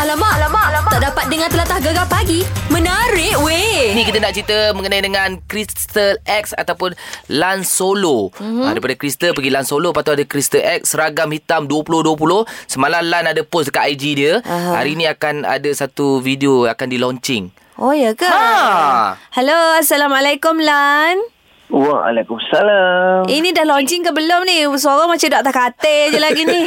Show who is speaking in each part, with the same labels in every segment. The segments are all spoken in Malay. Speaker 1: Alamak, alamak, alamak. Tak dapat dengar telatah gegar pagi. Menarik weh.
Speaker 2: Ni kita nak cerita mengenai dengan Crystal X ataupun Lan Solo.
Speaker 3: Mhm.
Speaker 2: Mm-hmm. Ha, daripada Crystal pergi Lan Solo, lepas tu ada Crystal X seragam hitam 2020. Semalam Lan ada post dekat IG dia.
Speaker 3: Aha.
Speaker 2: Hari ni akan ada satu video akan di launching.
Speaker 3: Oh ya ke?
Speaker 2: Ha.
Speaker 3: Hello, Assalamualaikum Lan.
Speaker 4: Waalaikumsalam.
Speaker 3: Ini dah launching ke belum ni? Suara macam tak terkata je lagi ni.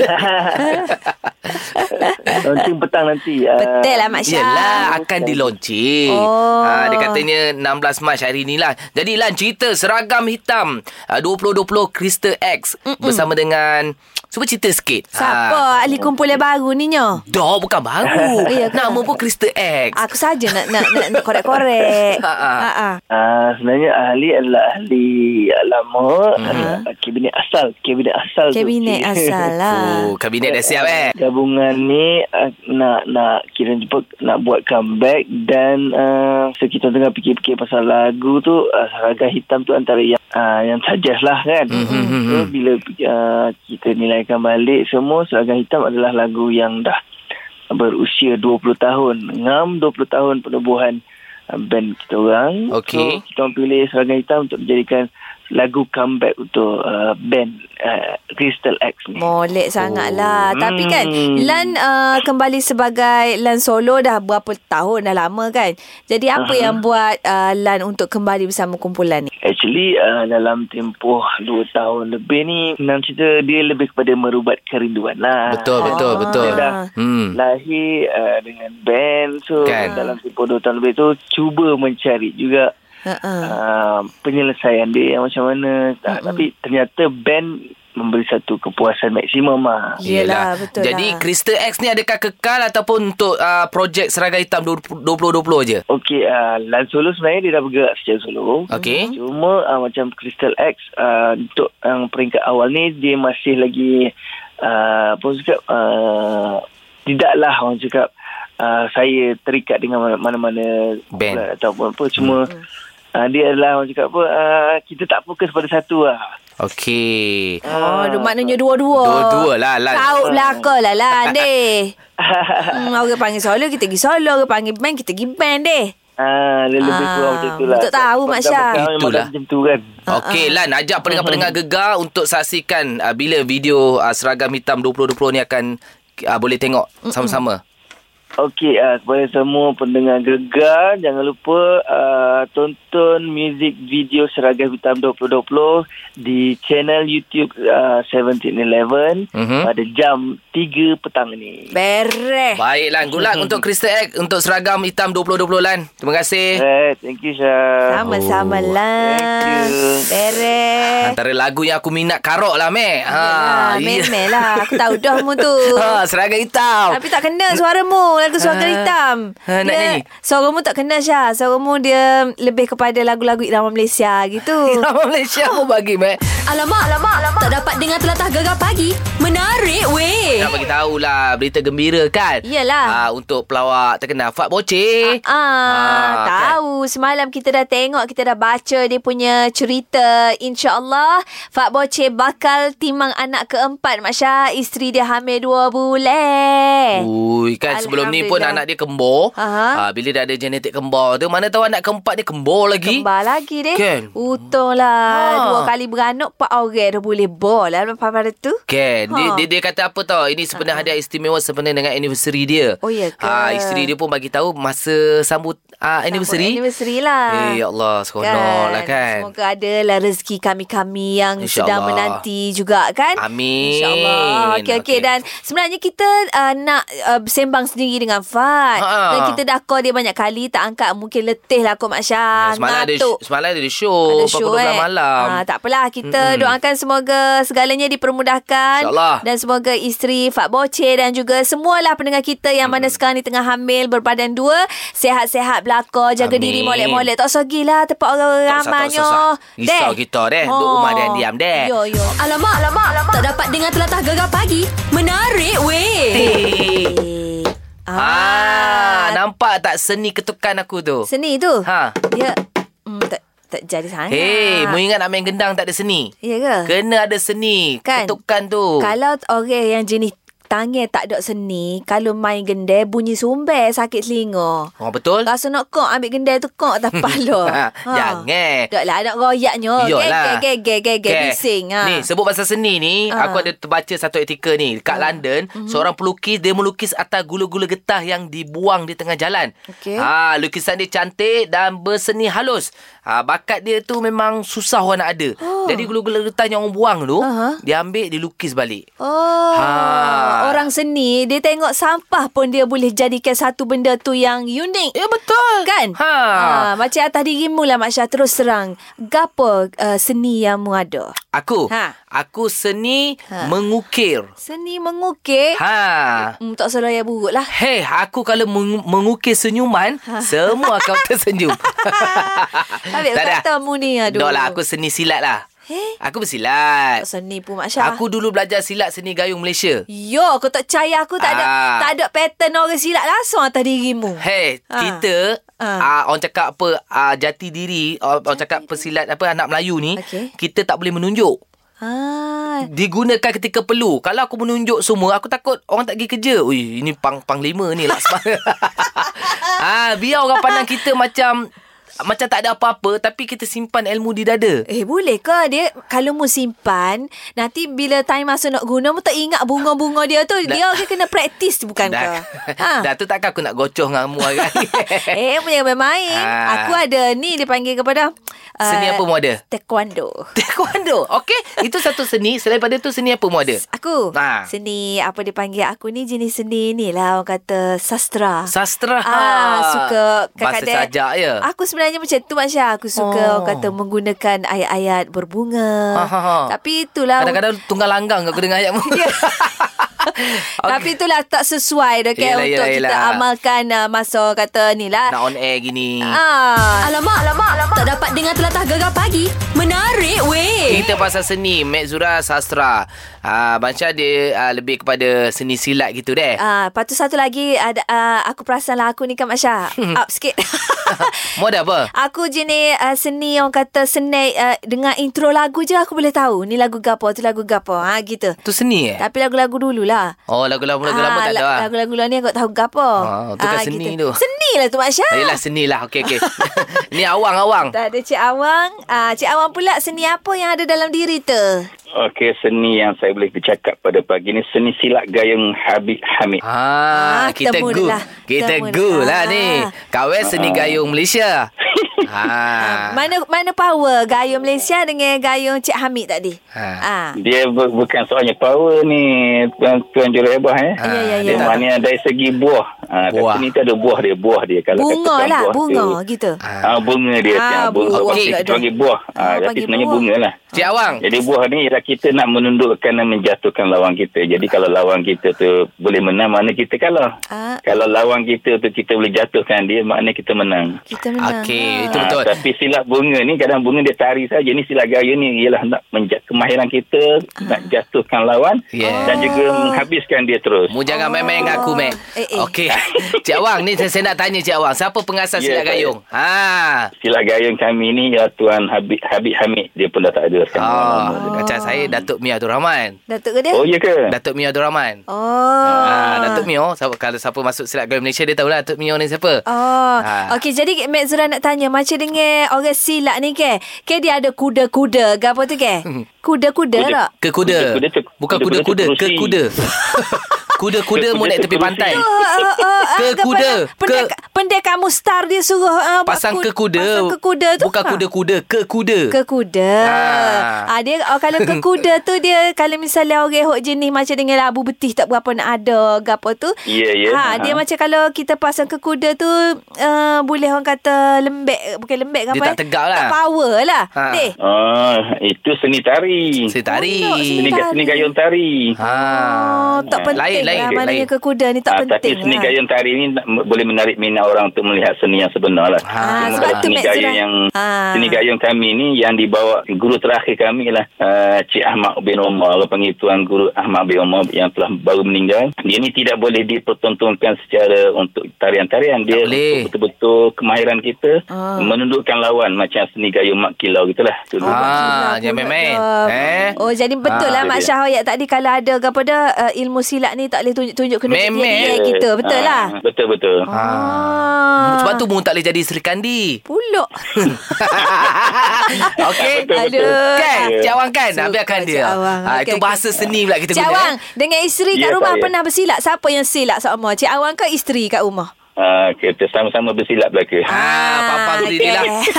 Speaker 4: Nanti petang nanti. ah,
Speaker 3: Eh. Betul lah Mak Syah.
Speaker 2: Yelah akan di launching
Speaker 3: Oh.
Speaker 2: ha, Dia katanya 16 Mac hari ni lah Jadi Lan cerita seragam hitam ah, 2020 Crystal X Mm-mm. Bersama dengan Cuba cerita sikit Ah.
Speaker 3: Siapa ahli kumpulan baru ni nyo?
Speaker 2: Dah bukan
Speaker 3: Oh,
Speaker 2: baru
Speaker 3: ya ke?
Speaker 2: Nama pun Crystal X
Speaker 3: Aku saja nak nak nak, nak korek-korek.
Speaker 2: Ha, ha.
Speaker 3: Ha, ha.
Speaker 4: Ah, sebenarnya ahli adalah ahli ah, lama uh kabinet asal kabinet asal tu.
Speaker 3: Mm-hmm. Kabinet asal lah.
Speaker 2: Oh, kabinet dah siap eh
Speaker 4: Gabungan ni ah, nak nak kira jumpa nak buat comeback dan uh, so kita tengah fikir-fikir pasal lagu tu uh, Seragam Hitam tu antara yang uh, yang suggest lah kan.
Speaker 2: hmm,
Speaker 4: So bila uh, kita nilaikan balik semua Seragam Hitam adalah lagu yang dah berusia 20 tahun. Ngam 20 tahun penubuhan uh, band kita orang.
Speaker 2: Okey.
Speaker 4: So kita orang pilih Seragam Hitam untuk menjadikan lagu comeback untuk uh, band uh, Crystal X ni.
Speaker 3: Molek sangat lah.
Speaker 4: Oh.
Speaker 3: Tapi kan
Speaker 4: Hmm.
Speaker 3: Lan uh, kembali sebagai Lan Solo dah berapa tahun dah lama kan. Jadi apa
Speaker 2: Uh-huh.
Speaker 4: Aha.
Speaker 3: yang buat uh, Lan untuk kembali bersama kumpulan ni?
Speaker 4: Actually uh, dalam tempoh 2 tahun lebih ni Nam cerita dia lebih kepada merubat kerinduan lah
Speaker 2: Betul, betul,
Speaker 3: Ah.
Speaker 2: betul.
Speaker 4: Dia dah
Speaker 2: Hmm.
Speaker 4: lahir uh, dengan band So
Speaker 2: Kan.
Speaker 4: kan. dalam tempoh 2 tahun lebih tu Cuba mencari juga
Speaker 3: Uh-uh.
Speaker 4: uh, penyelesaian dia yang macam mana uh, Tapi ternyata band memberi satu kepuasan maksimum lah
Speaker 3: Yelah, betul lah.
Speaker 2: Jadi Crystal X ni adakah kekal ataupun untuk uh, projek seragam hitam 20- 2020 je?
Speaker 4: Okey, uh, Lan Solo sebenarnya dia dah bergerak secara solo.
Speaker 2: Okey.
Speaker 4: Cuma uh, macam Crystal X uh, untuk yang peringkat awal ni dia masih lagi uh, apa orang cakap uh, tidaklah orang cakap uh, saya terikat dengan mana- mana-mana
Speaker 2: Band.
Speaker 4: kumpulan ataupun apa cuma uh, dia adalah orang cakap apa uh, kita tak fokus pada satu lah.
Speaker 2: Okey.
Speaker 3: Oh, dia maknanya dua-dua.
Speaker 2: Dua-dua lah, Lan.
Speaker 3: Kau belaka lah Lan deh. hmm, orang panggil solo, kita pergi solo. Orang panggil band, kita pergi band deh.
Speaker 4: Ah, dia lebih
Speaker 3: Ah,
Speaker 4: kurang macam tu lah.
Speaker 3: untuk tahu, Mak Syah.
Speaker 2: Itulah.
Speaker 4: Itulah. Macam tu kan.
Speaker 3: Ah,
Speaker 2: Okey Lan, ajak pendengar-pendengar
Speaker 3: Mm-hmm.
Speaker 2: gegar untuk saksikan uh, bila video uh, seragam hitam 2020 ni akan uh, boleh tengok sama-sama.
Speaker 4: Okey, uh, kepada semua pendengar gegar, jangan lupa uh, tonton muzik video Seragam Hitam 2020 di channel YouTube uh, 1711
Speaker 2: Mhm.
Speaker 4: pada jam 3 petang ni.
Speaker 3: Bereh.
Speaker 2: Baik Lan, good luck untuk Crystal X untuk seragam hitam 2020 Lan. Terima kasih.
Speaker 4: Alright, thank you Syah.
Speaker 3: Sama-sama
Speaker 2: Oh.
Speaker 3: Lan.
Speaker 4: Thank you.
Speaker 3: Bereh.
Speaker 2: Antara lagu yang aku minat karok lah, Mek. Ha,
Speaker 3: Eh. Yelah, memel lah. Aku tahu dah mu tu.
Speaker 2: ha, seragam hitam.
Speaker 3: Tapi tak kena suaramu Lagu suara
Speaker 2: Ha.
Speaker 3: hitam
Speaker 2: Ha, nak nyanyi?
Speaker 3: Suaramu tak kena Syah Suaramu dia Lebih kepada lagu-lagu Irama Malaysia gitu
Speaker 2: Irama Malaysia aku bagi, Mek.
Speaker 1: Alamak, alamak, alamak. Tak dapat dengar telatah gegar pagi. Menarik weh.
Speaker 2: Nak bagi tahulah berita gembira kan.
Speaker 3: Yelah.
Speaker 2: Ha, untuk pelawak terkenal Fat Boceh.
Speaker 3: Ah,
Speaker 2: Ah, kan?
Speaker 3: tahu semalam kita dah tengok kita dah baca dia punya cerita insyaallah Fat Boce bakal timang anak keempat Masya isteri dia hamil dua bulan.
Speaker 2: Ui, kan sebelum ni pun
Speaker 3: eh. Alhamdulillah.
Speaker 2: anak dia kembar.
Speaker 3: Aha.
Speaker 2: Ha, bila dah ada genetik kembar tu, mana tahu anak keempat dia kembar lagi.
Speaker 3: Kembar lagi deh.
Speaker 2: Kan?
Speaker 3: Untunglah
Speaker 2: Ha.
Speaker 3: dua kali beranak pak orang dah boleh bol lah lepas pada tu.
Speaker 2: Kan dia,
Speaker 3: Ha.
Speaker 2: dia, dia kata apa tau Ini sebenarnya hadiah istimewa Sebenarnya dengan anniversary dia
Speaker 3: Oh, ya ke?
Speaker 2: ha, Isteri dia pun bagi tahu Masa sambut uh, anniversary
Speaker 3: Sambut Anniversary lah.
Speaker 2: Eh ya Allah Seronok kan. lah kan
Speaker 3: Semoga adalah rezeki kami-kami yang
Speaker 2: Insya
Speaker 3: sedang
Speaker 2: Allah.
Speaker 3: menanti juga kan.
Speaker 2: Amin.
Speaker 3: InsyaAllah. Okey, okey.
Speaker 2: Okey.
Speaker 3: Dan sebenarnya kita uh, nak uh, sembang sendiri dengan Fat.
Speaker 2: Ha.
Speaker 3: Dan kita dah call dia banyak kali. Tak angkat. Mungkin letih lah kot Mak
Speaker 2: Ya,
Speaker 3: Syah.
Speaker 2: Semalam ada
Speaker 3: Ngantuk.
Speaker 2: Semalam ada show
Speaker 3: Ada
Speaker 2: Pukul 12 malam
Speaker 3: Ha, tak apalah kita mm doakan semoga segalanya dipermudahkan
Speaker 2: InsyaAllah.
Speaker 3: dan semoga isteri Fat Boce dan juga semualah pendengar kita yang
Speaker 2: Mm.
Speaker 3: mana sekarang ni tengah hamil berbadan dua sehat-sehat belaka jaga
Speaker 2: Amin.
Speaker 3: diri molek-molek tak usah gila tempat orang
Speaker 2: Tak usah, tak
Speaker 3: ramainya.
Speaker 2: usah, tak usah. Risau kita, deh. Duduk rumah, deh, diam, deh.
Speaker 3: Oh. Yo yo.
Speaker 1: Alamak, alamak, alamak. Tak dapat dengar telatah gegar pagi. Menarik weh.
Speaker 2: Eh.
Speaker 3: Ah.
Speaker 2: Ah, nampak tak seni ketukan aku tu?
Speaker 3: Seni tu.
Speaker 2: Ha.
Speaker 3: Dia mm, tak tak jadi sangat.
Speaker 2: Hei, mu ingat nak main gendang tak ada seni?
Speaker 3: Ya ke?
Speaker 2: Kena ada seni
Speaker 3: Kan?
Speaker 2: Ketukan tu
Speaker 3: Kalau t- orang yang jenis Tangan tak ada seni, kalau main gendai bunyi sumber sakit telinga.
Speaker 2: Oh betul.
Speaker 3: Rasa nak kok ambil gendai tu kok tak lah. pala.
Speaker 2: Jangan.
Speaker 3: Tak lah, nak royaknya.
Speaker 2: Yolah.
Speaker 3: Gek, gek, gek, gek, bising. Ha.
Speaker 2: lah. Ni, sebut pasal seni ni,
Speaker 3: Ha.
Speaker 2: aku ada terbaca satu artikel ni. Dekat
Speaker 3: Ah.
Speaker 2: London,
Speaker 3: Mhm.
Speaker 2: seorang pelukis, dia melukis atas gula-gula getah yang dibuang di tengah jalan.
Speaker 3: Okey.
Speaker 2: Ha, lukisan dia cantik dan berseni halus. Ha, bakat dia tu memang susah orang nak ada.
Speaker 3: Oh.
Speaker 2: Jadi gula-gula getah yang orang buang tu,
Speaker 3: Aha.
Speaker 2: dia ambil, dia lukis balik.
Speaker 3: Oh,
Speaker 2: Ha.
Speaker 3: orang seni dia tengok sampah pun dia boleh jadikan satu benda tu yang unik.
Speaker 2: Ya, betul.
Speaker 3: Kan?
Speaker 2: Ha.
Speaker 3: ha macam atas dirimu lah Mak Syah terus serang. Gapa uh, seni yang mu ada?
Speaker 2: Aku,
Speaker 3: Ha.
Speaker 2: aku seni
Speaker 3: Ha.
Speaker 2: mengukir.
Speaker 3: Seni mengukir.
Speaker 2: Ha.
Speaker 3: Hmm, tak salah ya buruk lah.
Speaker 2: Hei, aku kalau meng- mengukir senyuman, semua kau tersenyum.
Speaker 3: Ha. Habis kata mu ni aduh.
Speaker 2: Dah lah, aku seni silat lah.
Speaker 3: Eh?
Speaker 2: Aku bersilat.
Speaker 3: seni pun Mak Syah.
Speaker 2: Aku dulu belajar silat seni gayung Malaysia.
Speaker 3: Yo, kau tak percaya aku tak ada
Speaker 2: Ah.
Speaker 3: tak ada pattern orang silat langsung atas dirimu.
Speaker 2: Hei,
Speaker 3: Ah.
Speaker 2: kita
Speaker 3: Ah.
Speaker 2: ah. orang cakap apa ah, jati diri, orang orang cakap pesilat apa anak Melayu ni,
Speaker 3: Okey.
Speaker 2: kita tak boleh menunjuk.
Speaker 3: Ah,
Speaker 2: Digunakan ketika perlu. Kalau aku menunjuk semua, aku takut orang tak pergi kerja. Ui, ini pang panglima ni Laksman. ah, biar orang pandang kita macam macam tak ada apa-apa tapi kita simpan ilmu di dada.
Speaker 3: Eh boleh ke dia kalau mu simpan nanti bila time masa nak guna mu tak ingat bunga-bunga dia tu dia dia kena praktis bukan ke?
Speaker 2: Dah,
Speaker 3: Ha.
Speaker 2: dah tu takkan aku nak gocoh dengan kamu hari
Speaker 3: Eh mu jangan main-main.
Speaker 2: Ah.
Speaker 3: Aku ada ni dia panggil kepada eh,
Speaker 2: Seni
Speaker 3: ah.
Speaker 2: apa mu ada?
Speaker 3: Taekwondo.
Speaker 2: Taekwondo. Okey, itu satu seni. Selain pada tu seni apa mu ada?
Speaker 3: Aku
Speaker 2: Ah.
Speaker 3: seni apa dia panggil aku ni jenis seni ni lah orang kata sastra.
Speaker 2: Sastra.
Speaker 3: Ah, suka
Speaker 2: Bahasa
Speaker 3: kadang-kadang-
Speaker 2: sajak ya.
Speaker 3: Aku sebenarnya macam tu Masya Aku suka
Speaker 2: Oh.
Speaker 3: oh. orang kata menggunakan ayat-ayat berbunga
Speaker 2: Ha, ha, ha.
Speaker 3: Tapi itulah
Speaker 2: Kadang-kadang tunggal langgang aku dengar ayatmu.
Speaker 3: Okay. Tapi itulah tak sesuai dah kan
Speaker 2: Yelah,
Speaker 3: untuk
Speaker 2: yelah,
Speaker 3: kita
Speaker 2: yelah.
Speaker 3: amalkan uh, masa kata ni lah.
Speaker 2: Nak on air gini.
Speaker 3: Ah.
Speaker 1: Alamak, alamak, alamak. Tak dapat dengar telatah gegar pagi. Menarik weh.
Speaker 2: Kita pasal seni Mek Zura sastra ah, Bansyah dia ah, Lebih kepada Seni silat gitu deh
Speaker 3: Ah, lepas tu satu lagi ada uh, aku perasan lah aku ni kan Masya up sikit.
Speaker 2: Mu ada apa?
Speaker 3: aku jenis uh, seni orang kata seni uh, dengan intro lagu je aku boleh tahu ni lagu gapo tu lagu gapo ha gitu.
Speaker 2: Tu seni eh?
Speaker 3: Tapi lagu-lagu dululah. Ah,
Speaker 2: Oh lagu-lagu lagu lama tak ada lah
Speaker 3: Lagu-lagu lama ni aku tak tahu gapo.
Speaker 2: Ah, tu kan seni tu.
Speaker 3: Seni lah tu Masya.
Speaker 2: Yelah seni lah Okey okey Ni awang-awang
Speaker 3: Tak ada Cik Awang. Ah, Cik Awang pula seni apa yang ada dalam diri tu?
Speaker 5: Okey, seni yang saya boleh bercakap pada pagi ni seni silat gayung Habib Hamid.
Speaker 3: Ah,
Speaker 2: Ah, kita
Speaker 3: temu
Speaker 2: go.
Speaker 3: dah.
Speaker 2: Kita
Speaker 3: Temu
Speaker 2: go
Speaker 3: dah.
Speaker 2: lah ni. Kawin seni gayung Malaysia. ha.
Speaker 3: Ah, Mana mana power gayung Malaysia dengan gayung Cik Hamid tadi?
Speaker 2: Ha.
Speaker 3: Ah.
Speaker 5: Dia bu- bukan soalnya power ni tuan tuan juru hebah eh.
Speaker 2: Ah, ya, ya, ya.
Speaker 5: Dia maknanya dari segi buah. Ha,
Speaker 2: Buah.
Speaker 5: buah. seni tu ada buah dia, buah dia kalau
Speaker 3: Bunga
Speaker 5: katakan
Speaker 3: lah,
Speaker 5: buah
Speaker 3: bunga
Speaker 5: tu.
Speaker 3: gitu.
Speaker 5: Ah, bunga dia
Speaker 3: Ah,
Speaker 5: ah, bunga.
Speaker 3: buah
Speaker 5: Orang
Speaker 2: pula
Speaker 5: kita
Speaker 3: dia.
Speaker 5: panggil buah. Ah,
Speaker 3: Ah,
Speaker 5: tapi
Speaker 3: panggil
Speaker 5: sebenarnya
Speaker 3: buah.
Speaker 5: bunga lah.
Speaker 2: Cik Awang.
Speaker 5: Jadi buah ni ialah kita nak menundukkan dan menjatuhkan lawan kita. Jadi kalau lawan kita tu boleh menang, maknanya kita kalah.
Speaker 3: Ah.
Speaker 5: Kalau lawan kita tu kita boleh jatuhkan dia, maknanya kita menang.
Speaker 3: Kita menang.
Speaker 2: Okey,
Speaker 3: Ah.
Speaker 2: itu betul.
Speaker 5: Ha, tapi silat bunga ni kadang bunga dia tari saja ni silat gaya ni ialah nak menja- kemahiran kita
Speaker 3: Ah.
Speaker 5: nak jatuhkan lawan
Speaker 2: Yeah.
Speaker 5: dan juga
Speaker 3: Oh.
Speaker 5: menghabiskan dia terus.
Speaker 2: Mu jangan main-main dengan aku, Mek.
Speaker 3: Eh, eh.
Speaker 2: Okey. Cik Awang, ni saya, saya nak tanya Cik Awang. Siapa pengasas
Speaker 5: Ya,
Speaker 2: silat gayung? Ha.
Speaker 5: Silat gayung kami ni ya Tuan Habib Habib Hamid dia pun dah tak ada sekarang.
Speaker 2: Oh,
Speaker 3: Ah.
Speaker 2: macam saya Datuk Mia Abdul Rahman.
Speaker 3: Datuk ke dia?
Speaker 5: Oh ya ke?
Speaker 2: Datuk Mia Abdul Rahman.
Speaker 3: Oh.
Speaker 2: Ah, Datuk Mio siapa, Kalau siapa masuk silat gayung Malaysia Dia tahulah Datuk Mio ni siapa
Speaker 3: Oh,
Speaker 2: Ah.
Speaker 3: okey jadi Mek Zura nak tanya macam dengan orang silat ni ke? Ke dia ada kuda-kuda ke apa tu ke? Kuda-kuda
Speaker 5: Kuda.
Speaker 3: tak?
Speaker 2: Ke kuda
Speaker 5: Kuda-kuda tu-
Speaker 2: Bukan
Speaker 5: kuda-kuda tu
Speaker 2: kuda-kuda Ke
Speaker 5: kerusi.
Speaker 2: kuda Kuda-kuda mu
Speaker 5: Kuda-kuda
Speaker 2: naik
Speaker 5: tu
Speaker 2: tepi
Speaker 5: kerusi.
Speaker 2: pantai
Speaker 3: Oh, oh, oh,
Speaker 2: Ke
Speaker 3: ah,
Speaker 2: kuda,
Speaker 3: Pendek,
Speaker 2: ke-
Speaker 3: pendek kamu star dia suruh ah, buat
Speaker 2: Pasang
Speaker 3: kud-
Speaker 2: ke kuda
Speaker 3: Pasang ke kuda tu.
Speaker 2: Bukan
Speaker 3: Ah.
Speaker 2: kuda-kuda Ke kuda
Speaker 3: Ke kuda.
Speaker 2: Ah.
Speaker 3: Ah. Ah, dia oh, kalau ke kuda tu dia kalau misalnya orang hok jenis macam dengan labu betih tak berapa nak ada gapo tu.
Speaker 5: Ya, ya.
Speaker 3: Ah,
Speaker 5: Ha.
Speaker 3: dia macam kalau kita pasang ke kuda tu uh, boleh orang kata lembek bukan lembek
Speaker 2: Dia
Speaker 3: apa eh?
Speaker 2: tak tegak lah.
Speaker 3: Tak power lah.
Speaker 2: Ha.
Speaker 3: Ha. Deh.
Speaker 5: Oh, itu seni tari.
Speaker 2: Saya tari
Speaker 3: Oh, tengok
Speaker 5: Seni,
Speaker 3: sini.
Speaker 5: ga- seni gayung tari.
Speaker 2: ha.
Speaker 3: Oh, tak
Speaker 5: Ah,
Speaker 3: penting
Speaker 2: lain,
Speaker 3: lah
Speaker 2: lain,
Speaker 3: Maknanya
Speaker 2: lain.
Speaker 3: ke kuda ni tak
Speaker 5: Ah,
Speaker 3: penting
Speaker 5: tapi seni
Speaker 3: lah.
Speaker 5: gayung tari ni ini nak- boleh menarik minat orang untuk melihat seni yang sebenar lah.
Speaker 2: Ah,
Speaker 5: Cuma
Speaker 3: sebab tu
Speaker 5: seni
Speaker 3: Mat
Speaker 5: gayung
Speaker 3: Zura-
Speaker 5: yang
Speaker 3: Ah.
Speaker 5: seni gayung kami ni yang dibawa guru terakhir kami lah uh, Cik Ahmad bin Omar orang panggil tuan guru Ahmad bin Omar yang telah baru meninggal. Dia ni tidak boleh dipertontonkan secara untuk tarian-tarian dia
Speaker 2: Tak boleh.
Speaker 5: untuk betul-betul kemahiran kita
Speaker 3: Ah.
Speaker 5: menundukkan lawan macam seni gayung Mak Kilau gitulah
Speaker 3: oh,
Speaker 5: dulu.
Speaker 2: Ah,
Speaker 3: Gila
Speaker 2: jangan
Speaker 3: pula
Speaker 2: main-main.
Speaker 3: tu.
Speaker 2: Eh.
Speaker 3: Oh jadi betul lah
Speaker 5: Ah,
Speaker 3: Mak
Speaker 5: dia.
Speaker 3: Syah Hoyak tadi kalau ada ke apa dah uh, ilmu silat ni tak boleh tunjuk-tunjuk kena
Speaker 2: Memel.
Speaker 3: dia kita. Betul
Speaker 5: Ah,
Speaker 3: lah.
Speaker 5: Betul betul.
Speaker 3: Ah.
Speaker 2: Sebab tu Mu tak boleh jadi Sri Kandi.
Speaker 3: pulak.
Speaker 2: Okey.
Speaker 5: Betul, betul.
Speaker 3: Aduh.
Speaker 2: Kan? Cik Awang kan?
Speaker 3: Suka
Speaker 2: Nak biarkan
Speaker 3: Cik
Speaker 2: dia.
Speaker 3: Awang.
Speaker 2: Ah,
Speaker 3: Okey,
Speaker 2: itu
Speaker 3: okey.
Speaker 2: bahasa seni pula kita
Speaker 3: Cik
Speaker 2: guna. eh.
Speaker 3: Awang, dengan isteri kat
Speaker 5: Ya,
Speaker 3: rumah
Speaker 5: saya.
Speaker 3: pernah bersilat? Siapa yang silat sama? Cik Awang ke isteri kat rumah?
Speaker 5: Ah, kita sama-sama bersilap lah, belaka.
Speaker 2: Ah, Papa
Speaker 3: Ah,
Speaker 2: tu dia lah.
Speaker 3: okey.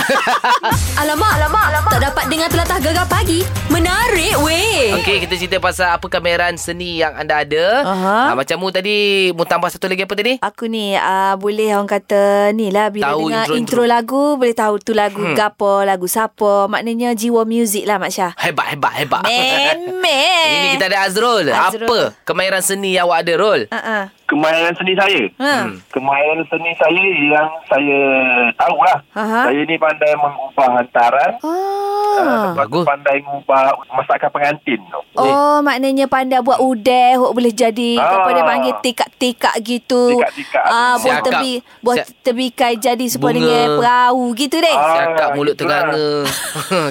Speaker 1: Alamak, alamak, alamak. Tak dapat dengar telatah gegar pagi. Menarik weh.
Speaker 2: Okey, kita cerita pasal apa kameran seni yang anda ada.
Speaker 3: Aha.
Speaker 2: Ah, macam Mu tadi, Mu tambah satu lagi apa tadi?
Speaker 3: Aku ni uh, boleh orang kata ni lah bila
Speaker 2: Tahu
Speaker 3: tahu dengar
Speaker 2: intro-
Speaker 3: intro,
Speaker 2: intro.
Speaker 3: intro lagu boleh tahu tu lagu hmm. gapo, lagu siapa. Maknanya jiwa muzik lah Mak Syah.
Speaker 2: Hebat, hebat, hebat.
Speaker 3: Memel.
Speaker 2: Ini kita ada Azrul.
Speaker 3: Azrul.
Speaker 2: Apa kemahiran seni yang awak ada, Rul?
Speaker 3: Uh-uh.
Speaker 4: Kemahiran seni saya.
Speaker 3: Ha.
Speaker 2: Hmm.
Speaker 4: Kemahiran seni saya yang saya tahu lah.
Speaker 3: Aha.
Speaker 4: Saya ni pandai mengubah hantaran.
Speaker 3: Oh.
Speaker 4: Lepas tu
Speaker 2: Bagus.
Speaker 4: pandai mengubah masakan pengantin tu.
Speaker 3: Oh, maknanya pandai buat udeh, hok boleh jadi
Speaker 4: Ah.
Speaker 3: apa dia panggil tikak-tikak gitu.
Speaker 4: Tikak-tikak.
Speaker 3: Ah, buat
Speaker 2: Siakap.
Speaker 3: tebi, buat
Speaker 2: Siak-
Speaker 3: tebikai jadi serupa
Speaker 2: Bunga.
Speaker 3: dengan perahu gitu deh.
Speaker 4: Ah.
Speaker 2: Cakap mulut
Speaker 4: itulah.
Speaker 2: ternganga.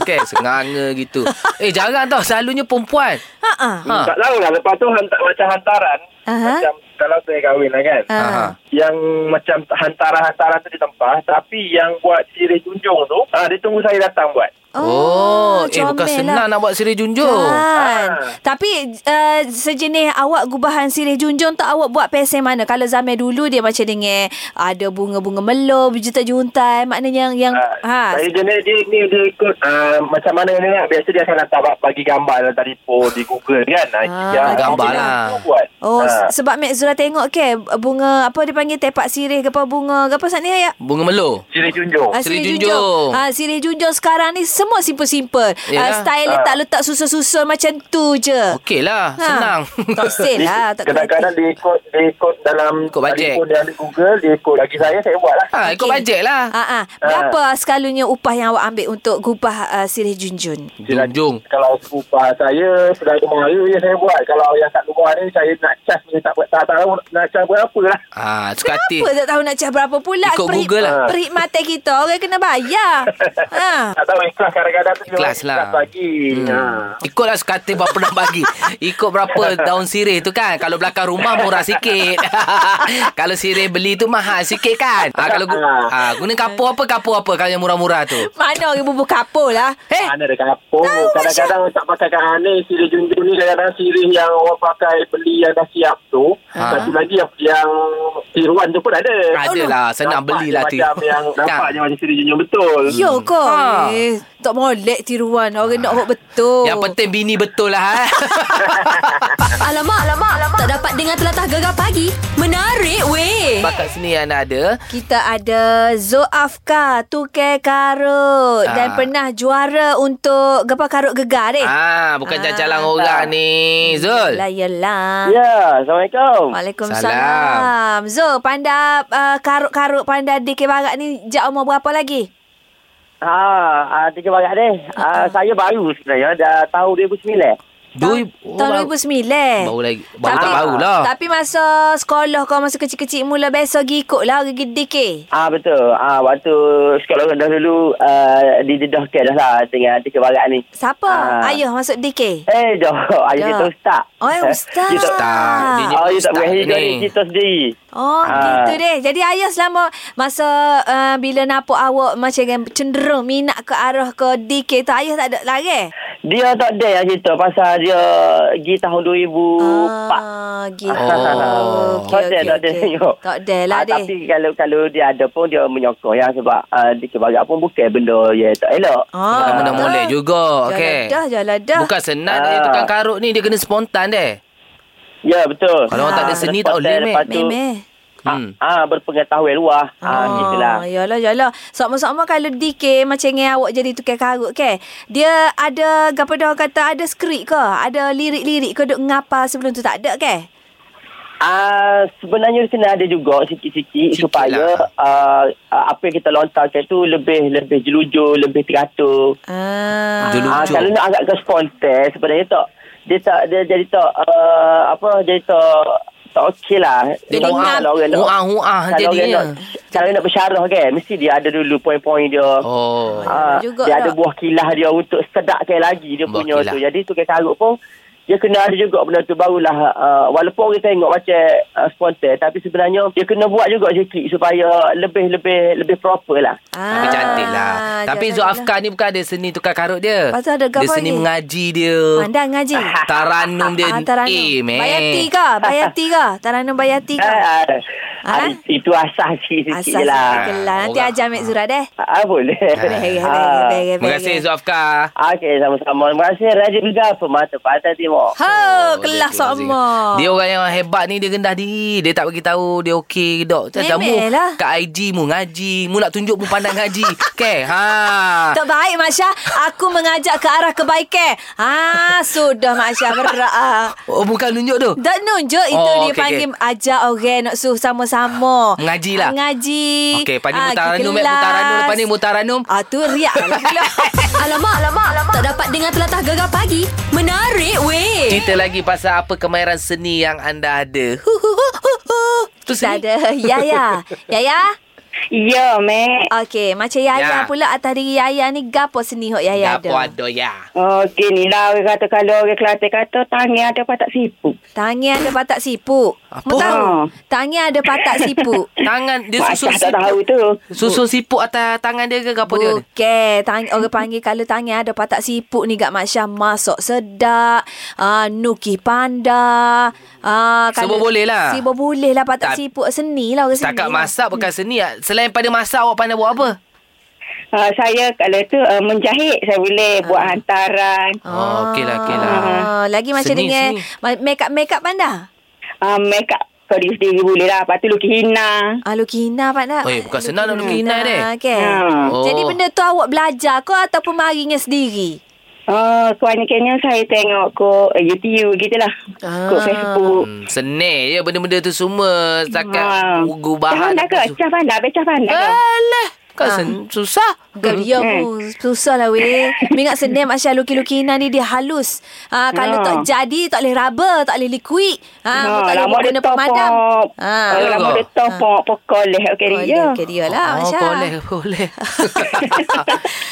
Speaker 2: Okey, senganga gitu. Eh, jarang tau. Selalunya perempuan.
Speaker 3: Ha ah.
Speaker 4: Ha. Tak tahu lah. Lepas tu hantar, macam hantaran.
Speaker 3: Aha.
Speaker 4: Macam kalau saya kahwin lah kan.
Speaker 3: Ha.
Speaker 2: Aha.
Speaker 4: Yang macam hantaran-hantaran tu ditempah. Tapi yang buat sirih junjung tu. ah dia tunggu saya datang buat.
Speaker 2: Oh, eh bukan
Speaker 3: comel lah.
Speaker 2: senang nak buat siri junjung.
Speaker 3: Kan.
Speaker 4: Ah.
Speaker 3: Tapi uh, sejenis awak gubahan sirih junjung tak awak buat pesen mana? Kalau zaman dulu dia macam dengan ada bunga-bunga melo, juta juntai, maknanya yang yang
Speaker 4: Ah,
Speaker 3: ha.
Speaker 4: Saya jenis dia ni dia ikut ah, macam mana dia nak biasa dia akan hantar ba- bagi gambar dalam telefon di Google kan. Ah,
Speaker 3: Ah,
Speaker 4: yang
Speaker 2: gambar
Speaker 4: dia
Speaker 2: lah.
Speaker 4: tu Buat.
Speaker 3: Oh,
Speaker 4: Ah.
Speaker 3: ha. sebab Mek Zura tengok ke bunga apa dia panggil tepak sirih ke apa bunga ke apa sat ni ya?
Speaker 2: Bunga melo.
Speaker 4: Sirih junjung.
Speaker 3: Ah,
Speaker 2: Sirih
Speaker 3: sirih
Speaker 2: junjung.
Speaker 3: junjung. Ah, sirih junjung sekarang ni semua simple-simple. Ah,
Speaker 2: Yalah.
Speaker 3: style letak-letak susun-susun macam tu je.
Speaker 2: Okey lah,
Speaker 3: Ha.
Speaker 2: senang.
Speaker 3: Tak sale lah. Tak
Speaker 4: Kadang-kadang dia ikut, dia ikut dalam
Speaker 2: Ikut bajet.
Speaker 4: telefon dia ambil Google, dia ikut lagi saya, saya buat lah.
Speaker 2: Ha, ikut
Speaker 3: Okey.
Speaker 2: bajet lah.
Speaker 3: Ah, ah. Berapa sekalunya upah yang awak ambil untuk gubah uh, sirih junjun?
Speaker 4: lah.
Speaker 2: Junjung.
Speaker 4: Kalau upah saya sudah ada mengara, ya saya buat. Kalau yang kat luar ni, saya nak cas ni tak, tak tahu nak cas berapa lah.
Speaker 2: Ah, suka hati.
Speaker 3: Apa tak tahu nak cakap berapa pula
Speaker 2: Ikut Google lah.
Speaker 3: Perkhidmatan kita Orang kena bayar ha.
Speaker 4: Tak tahu ikhlas kadang-kadang tu. dia
Speaker 2: Ikhlas
Speaker 4: orang
Speaker 2: lah.
Speaker 4: Ikhlas lagi.
Speaker 2: Hmm. Ikutlah suka hati berapa nak bagi. Ikut berapa daun sirih tu kan. Kalau belakang rumah murah sikit. kalau sirih beli tu mahal sikit kan. Ah, kalau gu-
Speaker 4: Ha.
Speaker 2: ah, guna kapur apa kapur apa kalau yang murah-murah tu.
Speaker 3: Mana orang bubur kapur lah
Speaker 2: Eh,
Speaker 4: Mana ada kapur. Kadang-kadang tak pakai kat aneh. Sirih junjung ni kadang-kadang sirih yang orang pakai beli yang dah siap tu.
Speaker 2: Ha.
Speaker 4: Satu lagi yang, yang tiruan tu pun ada.
Speaker 3: Oh,
Speaker 2: ada lah. Senang
Speaker 4: Nampak
Speaker 2: belilah tu. Kan?
Speaker 4: dia Macam yang nampaknya macam sirih junjung betul.
Speaker 3: Yo kau
Speaker 2: Ha.
Speaker 3: eh, Tak molek tiruan Orang nak hok betul
Speaker 2: Yang penting bini betul lah. eh.
Speaker 3: Ah,
Speaker 1: Alamak, alamak, alamak. Tak dapat dengar telatah gegar pagi. Menarik weh.
Speaker 2: Bakat sini yang anda ada.
Speaker 3: Kita ada Zoafka Tukai Karut
Speaker 2: Ah.
Speaker 3: Dan pernah juara untuk Gepar Karut Gegar eh
Speaker 2: Ah, bukan
Speaker 3: Ah,
Speaker 2: jalan-jalan orang ni, Zul.
Speaker 3: Yelah yelah
Speaker 4: Ya, Assalamualaikum.
Speaker 3: Waalaikumsalam Zul pandai uh, Karut-karut pandai DK Barat ni Sejak umur berapa lagi?
Speaker 4: Ha, ah, tiga barat deh. Ah, saya baru sebenarnya dah tahun 2009.
Speaker 2: Dui,
Speaker 3: Tahun 2009
Speaker 2: oh, Baru lagi. Baru tak baru lah.
Speaker 3: Tapi masa sekolah kau masa kecil-kecil mula biasa pergi ikut lah pergi DK.
Speaker 4: Ah betul. Ah waktu sekolah rendah dulu ah, didedahkan dah lah dengan tiga barat ni.
Speaker 3: Siapa?
Speaker 4: Ah.
Speaker 3: ayah masuk DK.
Speaker 4: Eh, dah. Ayah
Speaker 3: Dah.
Speaker 4: kita ustaz. Eh,
Speaker 3: Oh, ayah ustaz.
Speaker 4: Kita
Speaker 2: Ustaz.
Speaker 3: Ah,
Speaker 2: Dia ni
Speaker 4: Oh, you tak
Speaker 2: ustaz
Speaker 4: boleh hidup
Speaker 2: ni.
Speaker 4: ni. Kita sendiri.
Speaker 3: Oh,
Speaker 4: Ah.
Speaker 3: gitu deh. Jadi ayah selama masa uh, bila nampak awak macam kan cenderung minat ke arah ke DK tu ayah tak ada lagi.
Speaker 4: Dia tak ada yang cerita pasal dia pergi tahun 2004.
Speaker 3: Ah, gitu.
Speaker 2: Oh.
Speaker 3: Okey, okey,
Speaker 4: tak ada, tak ada
Speaker 3: okey.
Speaker 4: tengok.
Speaker 3: Tak ada lah
Speaker 4: Ah,
Speaker 3: deh.
Speaker 4: Tapi kalau kalau dia ada pun dia menyokong ya sebab ah, di kebarat pun bukan benda yang tak elok.
Speaker 3: Ah,
Speaker 2: Bukan benda
Speaker 3: dah.
Speaker 2: molek juga.
Speaker 3: Jalan
Speaker 2: Okey.
Speaker 3: dah, jalan dah.
Speaker 2: Bukan senang
Speaker 4: Ah.
Speaker 2: dia tukang karut ni. Dia kena spontan eh. deh.
Speaker 4: Ya, betul.
Speaker 2: Kalau orang
Speaker 3: tak ada
Speaker 2: seni, tak boleh,
Speaker 4: Lepas tu,
Speaker 3: Memeh.
Speaker 2: Hmm.
Speaker 4: Ah, ah berpengetahuan luar. Ah, gitu lah.
Speaker 3: Yalah, yalah. ya Sama-sama kalau DK macam yang awak jadi tukar karut ke. Dia ada, apa dah orang kata, ada skrip ke? Ada lirik-lirik ke duk ngapa sebelum tu tak ada ke?
Speaker 6: Ah, sebenarnya di sini ada juga sikit-sikit
Speaker 2: Sikit
Speaker 6: supaya
Speaker 2: lah.
Speaker 6: ah, ah, apa yang kita lontarkan tu lebih lebih jelujur, lebih teratur.
Speaker 3: Ah.
Speaker 2: Dulu.
Speaker 6: Ah,
Speaker 2: Lucu.
Speaker 6: kalau nak agak ke spontan sebenarnya tak dia tak dia jadi tak uh, apa jadi tak tak okey lah.
Speaker 2: Dia
Speaker 6: Kalau-
Speaker 2: muah,
Speaker 6: kalau orang nak-
Speaker 2: muah, muah
Speaker 6: kalau orang
Speaker 2: jadinya.
Speaker 6: nak kalau nak bersyarah kan mesti dia ada dulu poin-poin dia.
Speaker 2: Oh.
Speaker 6: Ah,
Speaker 3: juga
Speaker 6: dia ada
Speaker 3: tak?
Speaker 6: buah kilah dia untuk sedapkan lagi dia
Speaker 2: Buah
Speaker 6: punya
Speaker 2: kilah.
Speaker 6: tu. Jadi tu kain karut pun dia kena ada juga benda tu barulah uh, walaupun orang tengok macam uh, spontan tapi sebenarnya dia kena buat juga sikit supaya lebih lebih lebih proper lah.
Speaker 2: Tapi
Speaker 3: Ah,
Speaker 2: cantik lah Tapi
Speaker 3: jangan
Speaker 2: Zul
Speaker 3: lah.
Speaker 2: Afkar ni bukan ada seni tukar karut dia
Speaker 3: Lepas tu ada
Speaker 2: Dia
Speaker 3: gambar
Speaker 2: seni
Speaker 3: ni.
Speaker 2: mengaji dia
Speaker 3: Pandang ngaji.
Speaker 2: Taranum dia
Speaker 3: Ah, Taranum.
Speaker 2: Eh meh
Speaker 3: Bayati ke? Bayati ke? Taranum Bayati ke?
Speaker 6: Ah,
Speaker 3: Ah?
Speaker 6: ah, itu asas sikit-sikit
Speaker 3: Asas
Speaker 6: je lah.
Speaker 3: sikit lah. Nanti
Speaker 2: Orang-
Speaker 3: ajar Mek Zura deh.
Speaker 6: Ah, boleh.
Speaker 3: lah. Baik, baik,
Speaker 6: Ah.
Speaker 3: baik, baik.
Speaker 2: Terima kasih Zul Afkar
Speaker 6: Okey, sama-sama. Terima kasih Raja Duga Pemata Pantai Timur.
Speaker 3: Ha,
Speaker 2: Oh,
Speaker 3: kelas
Speaker 2: dia tu,
Speaker 3: sama.
Speaker 2: Dia orang yang hebat ni Dia rendah diri Dia tak bagi tahu Dia okey ke tak Macam
Speaker 3: Memel
Speaker 2: kamu
Speaker 3: lah.
Speaker 2: Kat IG mu ngaji Mu nak tunjuk mu pandang ngaji Okay ha.
Speaker 3: Tak baik Masya Aku mengajak ke arah kebaikan Ah Sudah Masya Berat ah.
Speaker 2: Oh bukan tunjuk tu
Speaker 3: Tak nunjuk Itu
Speaker 2: Oh,
Speaker 3: dia
Speaker 2: okey,
Speaker 3: panggil Ajak orang Nak suruh sama-sama
Speaker 2: Mengaji lah.
Speaker 3: Mengaji
Speaker 2: Okey, Pani
Speaker 3: Ah, pergi
Speaker 2: Mutaranum, eh, Mutaranum.
Speaker 3: kelas.
Speaker 2: Lepas ni Mutaranum.
Speaker 3: Ah tu riak lah
Speaker 1: Alamak, alamak, alamak. Tak dapat dengar telatah gegar pagi. Menarik weh.
Speaker 2: Cerita lagi pasal apa kemahiran seni yang anda ada. Tu
Speaker 3: Kita
Speaker 2: sini.
Speaker 3: ada Ya, Yaya Yaya
Speaker 7: Ya, Mek.
Speaker 3: ya. Okey, macam Yaya
Speaker 2: Ya.
Speaker 3: pula atas diri Yaya ni gapo seni hok Yaya
Speaker 2: Apa
Speaker 3: ada.
Speaker 2: ada ya.
Speaker 7: Okey ni lah orang kata kalau orang Kelantan kata tangan ada patak sipu.
Speaker 3: Tangan ada patak siput.
Speaker 2: Apa?
Speaker 3: Mu tahu? Tangan ada patak siput.
Speaker 2: Tangan dia susun
Speaker 7: Macam tak
Speaker 2: siput.
Speaker 7: tahu tu.
Speaker 2: Susun siput atas tangan dia ke ke apa dia?
Speaker 3: Bukan Tang, Orang panggil kalau tangan ada patak siput ni Kat Mak Syah Masuk sedap uh, Nuki panda uh,
Speaker 2: Semua boleh lah.
Speaker 3: Semua boleh lah patak
Speaker 2: Tak-
Speaker 3: siput Seni lah orang
Speaker 2: Setakat
Speaker 3: seni lah.
Speaker 2: masak bukan seni. ah. Selain pada masak awak pandai buat apa?
Speaker 7: Uh, saya kalau tu uh, menjahit saya boleh buat hantaran.
Speaker 2: Oh, okey lah, okey lah.
Speaker 3: Ah, Lagi macam
Speaker 2: Seni,
Speaker 3: dengan
Speaker 2: seni.
Speaker 3: ma- Make up Make up panda
Speaker 7: Uh, make up kau diri sendiri boleh lah. Lepas tu lukis hina.
Speaker 3: Ah, Lukina panda
Speaker 2: Eh, bukan senang nak lukis inai deh.
Speaker 3: okay.
Speaker 7: Ha.
Speaker 2: Oh.
Speaker 3: Jadi benda tu awak belajar ke Ataupun marinya sendiri
Speaker 7: Uh, kebanyakannya saya tengok kot uh, YouTube gitu lah.
Speaker 3: Ah.
Speaker 7: Kot Facebook.
Speaker 2: Hmm, seni je benda-benda tu semua
Speaker 7: Ha.
Speaker 2: setakat ugu
Speaker 7: Cah
Speaker 2: bahan.
Speaker 7: pandai ke?
Speaker 2: apa tu.
Speaker 7: Cah pandai. Habis cah pandai ke?
Speaker 2: Alah,
Speaker 3: Ah.
Speaker 2: kan sen- susah.
Speaker 3: Geria pun susah lah weh. Mingat senem Asyah luki-lukinan ni dia halus. Ha, kalau
Speaker 7: Ya.
Speaker 3: tak jadi tak boleh rubber, tak boleh liquid. Ha, tak
Speaker 7: lama
Speaker 3: boleh
Speaker 7: dia
Speaker 3: kena
Speaker 7: top
Speaker 3: pemadam.
Speaker 7: up.
Speaker 3: Ha.
Speaker 7: Ah, lama
Speaker 2: Ya
Speaker 7: dia
Speaker 2: ke?
Speaker 7: top up. Pekoleh. Okey,
Speaker 3: Boleh,
Speaker 7: ya.
Speaker 3: okey dia lah Masya.
Speaker 2: Oh, boleh, boleh.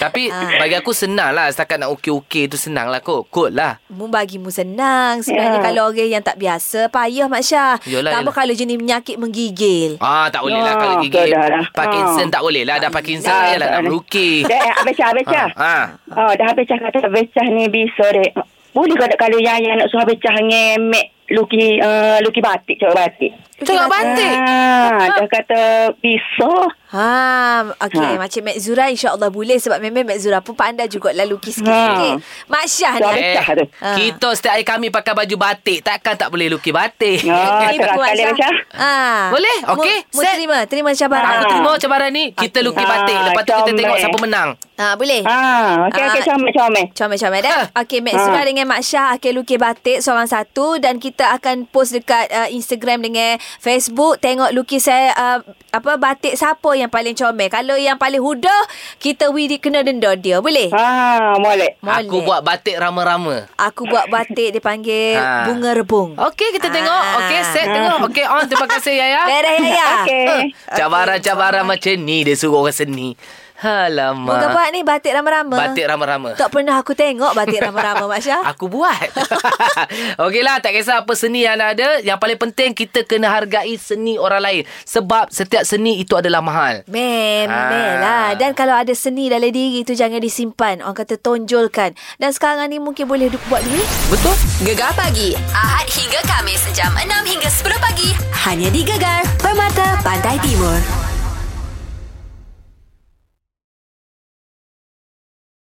Speaker 2: Tapi
Speaker 3: Ah.
Speaker 2: bagi aku senang lah. Setakat nak okey-okey tu senang lah kot. Kot lah.
Speaker 3: Mu bagi mu senang Sebenarnya
Speaker 7: Ya.
Speaker 3: kalau orang yang tak biasa Payah Mak Syah
Speaker 2: Yolah,
Speaker 3: Tambah
Speaker 2: yolah.
Speaker 3: kalau jenis penyakit menggigil
Speaker 2: Ah tak boleh lah
Speaker 7: Ya,
Speaker 2: kalau gigit
Speaker 7: betul dah lah.
Speaker 2: Parkinson
Speaker 7: Ah.
Speaker 2: tak boleh lah dah Parkinson
Speaker 7: Ah,
Speaker 2: je lah
Speaker 7: tak
Speaker 2: nak
Speaker 7: boleh.
Speaker 2: melukis.
Speaker 7: Dah, eh, habis cah, habis cah.
Speaker 3: Ah,
Speaker 2: Ha.
Speaker 7: Oh, dah habis cah kata habis cah ni bisa dek. Boleh kau tak kalau Yaya nak suruh habis cah ngemek luki uh, luki batik, corak batik.
Speaker 2: Tengok bantik.
Speaker 7: Ah, dah kata bisa.
Speaker 3: Ha, okey
Speaker 7: Ha.
Speaker 3: macam Mek Zura insya-Allah boleh sebab memang Mek Zura pun pandai juga lah lukis sikit-sikit.
Speaker 7: Ha.
Speaker 3: Mak Syah ni.
Speaker 7: Dah.
Speaker 2: Eh,
Speaker 7: Pecah tu.
Speaker 3: Ah.
Speaker 2: kita setiap hari kami pakai baju batik. Takkan tak boleh lukis batik.
Speaker 7: Ah,
Speaker 3: Terima
Speaker 7: terang
Speaker 3: kasih,
Speaker 7: kali
Speaker 3: Aisyah.
Speaker 7: macam.
Speaker 3: Ah.
Speaker 2: Boleh? Okey,
Speaker 3: Mu, mu
Speaker 2: set.
Speaker 3: terima, terima cabaran.
Speaker 2: Aku
Speaker 7: Ah.
Speaker 2: terima cabaran ni. Kita
Speaker 3: Okey.
Speaker 2: lukis
Speaker 7: Ah,
Speaker 2: batik. Lepas tu kita
Speaker 7: comel.
Speaker 2: tengok siapa menang.
Speaker 3: Ah, boleh.
Speaker 7: Ah, okey okey
Speaker 3: Ah.
Speaker 7: comel comel.
Speaker 3: Comel-comel dah.
Speaker 2: Ha.
Speaker 3: Okey, Mek
Speaker 7: Ha.
Speaker 3: Surah dengan Mak Syah akan lukis batik seorang satu dan kita akan post dekat uh, Instagram dengan Facebook tengok lukis saya uh, apa batik siapa yang paling comel. Kalau yang paling hudah, kita widi kena denda dia. Boleh?
Speaker 7: Ah, boleh.
Speaker 3: Boleh.
Speaker 2: Aku buat batik rama-rama.
Speaker 3: Aku buat batik dipanggil
Speaker 2: Ha.
Speaker 3: bunga rebung.
Speaker 2: Okey, kita tengok.
Speaker 3: Ah.
Speaker 2: Okey, set tengok. Okey, on. Terima kasih, Yaya.
Speaker 3: Beres Yaya.
Speaker 7: Okey.
Speaker 2: Cabaran-cabaran macam ni dia suruh orang seni.
Speaker 3: Moga
Speaker 2: Alamak.
Speaker 3: buat ni batik rama-rama.
Speaker 2: Batik rama-rama.
Speaker 3: Tak pernah aku tengok batik rama-rama Mak Syah.
Speaker 2: Aku buat. Okeylah, tak kisah apa seni yang anda ada. Yang paling penting kita kena hargai seni orang lain. Sebab setiap seni itu adalah mahal.
Speaker 3: Mem, mem
Speaker 2: Ah.
Speaker 3: lah. Dan kalau ada seni dalam diri itu jangan disimpan. Orang kata tonjolkan. Dan sekarang ni mungkin boleh du- buat duit.
Speaker 2: Betul?
Speaker 1: Gegar pagi. Ahad hingga Kamis. Jam 6 hingga 10 pagi. Hanya di Gegar. Permata Pantai Timur.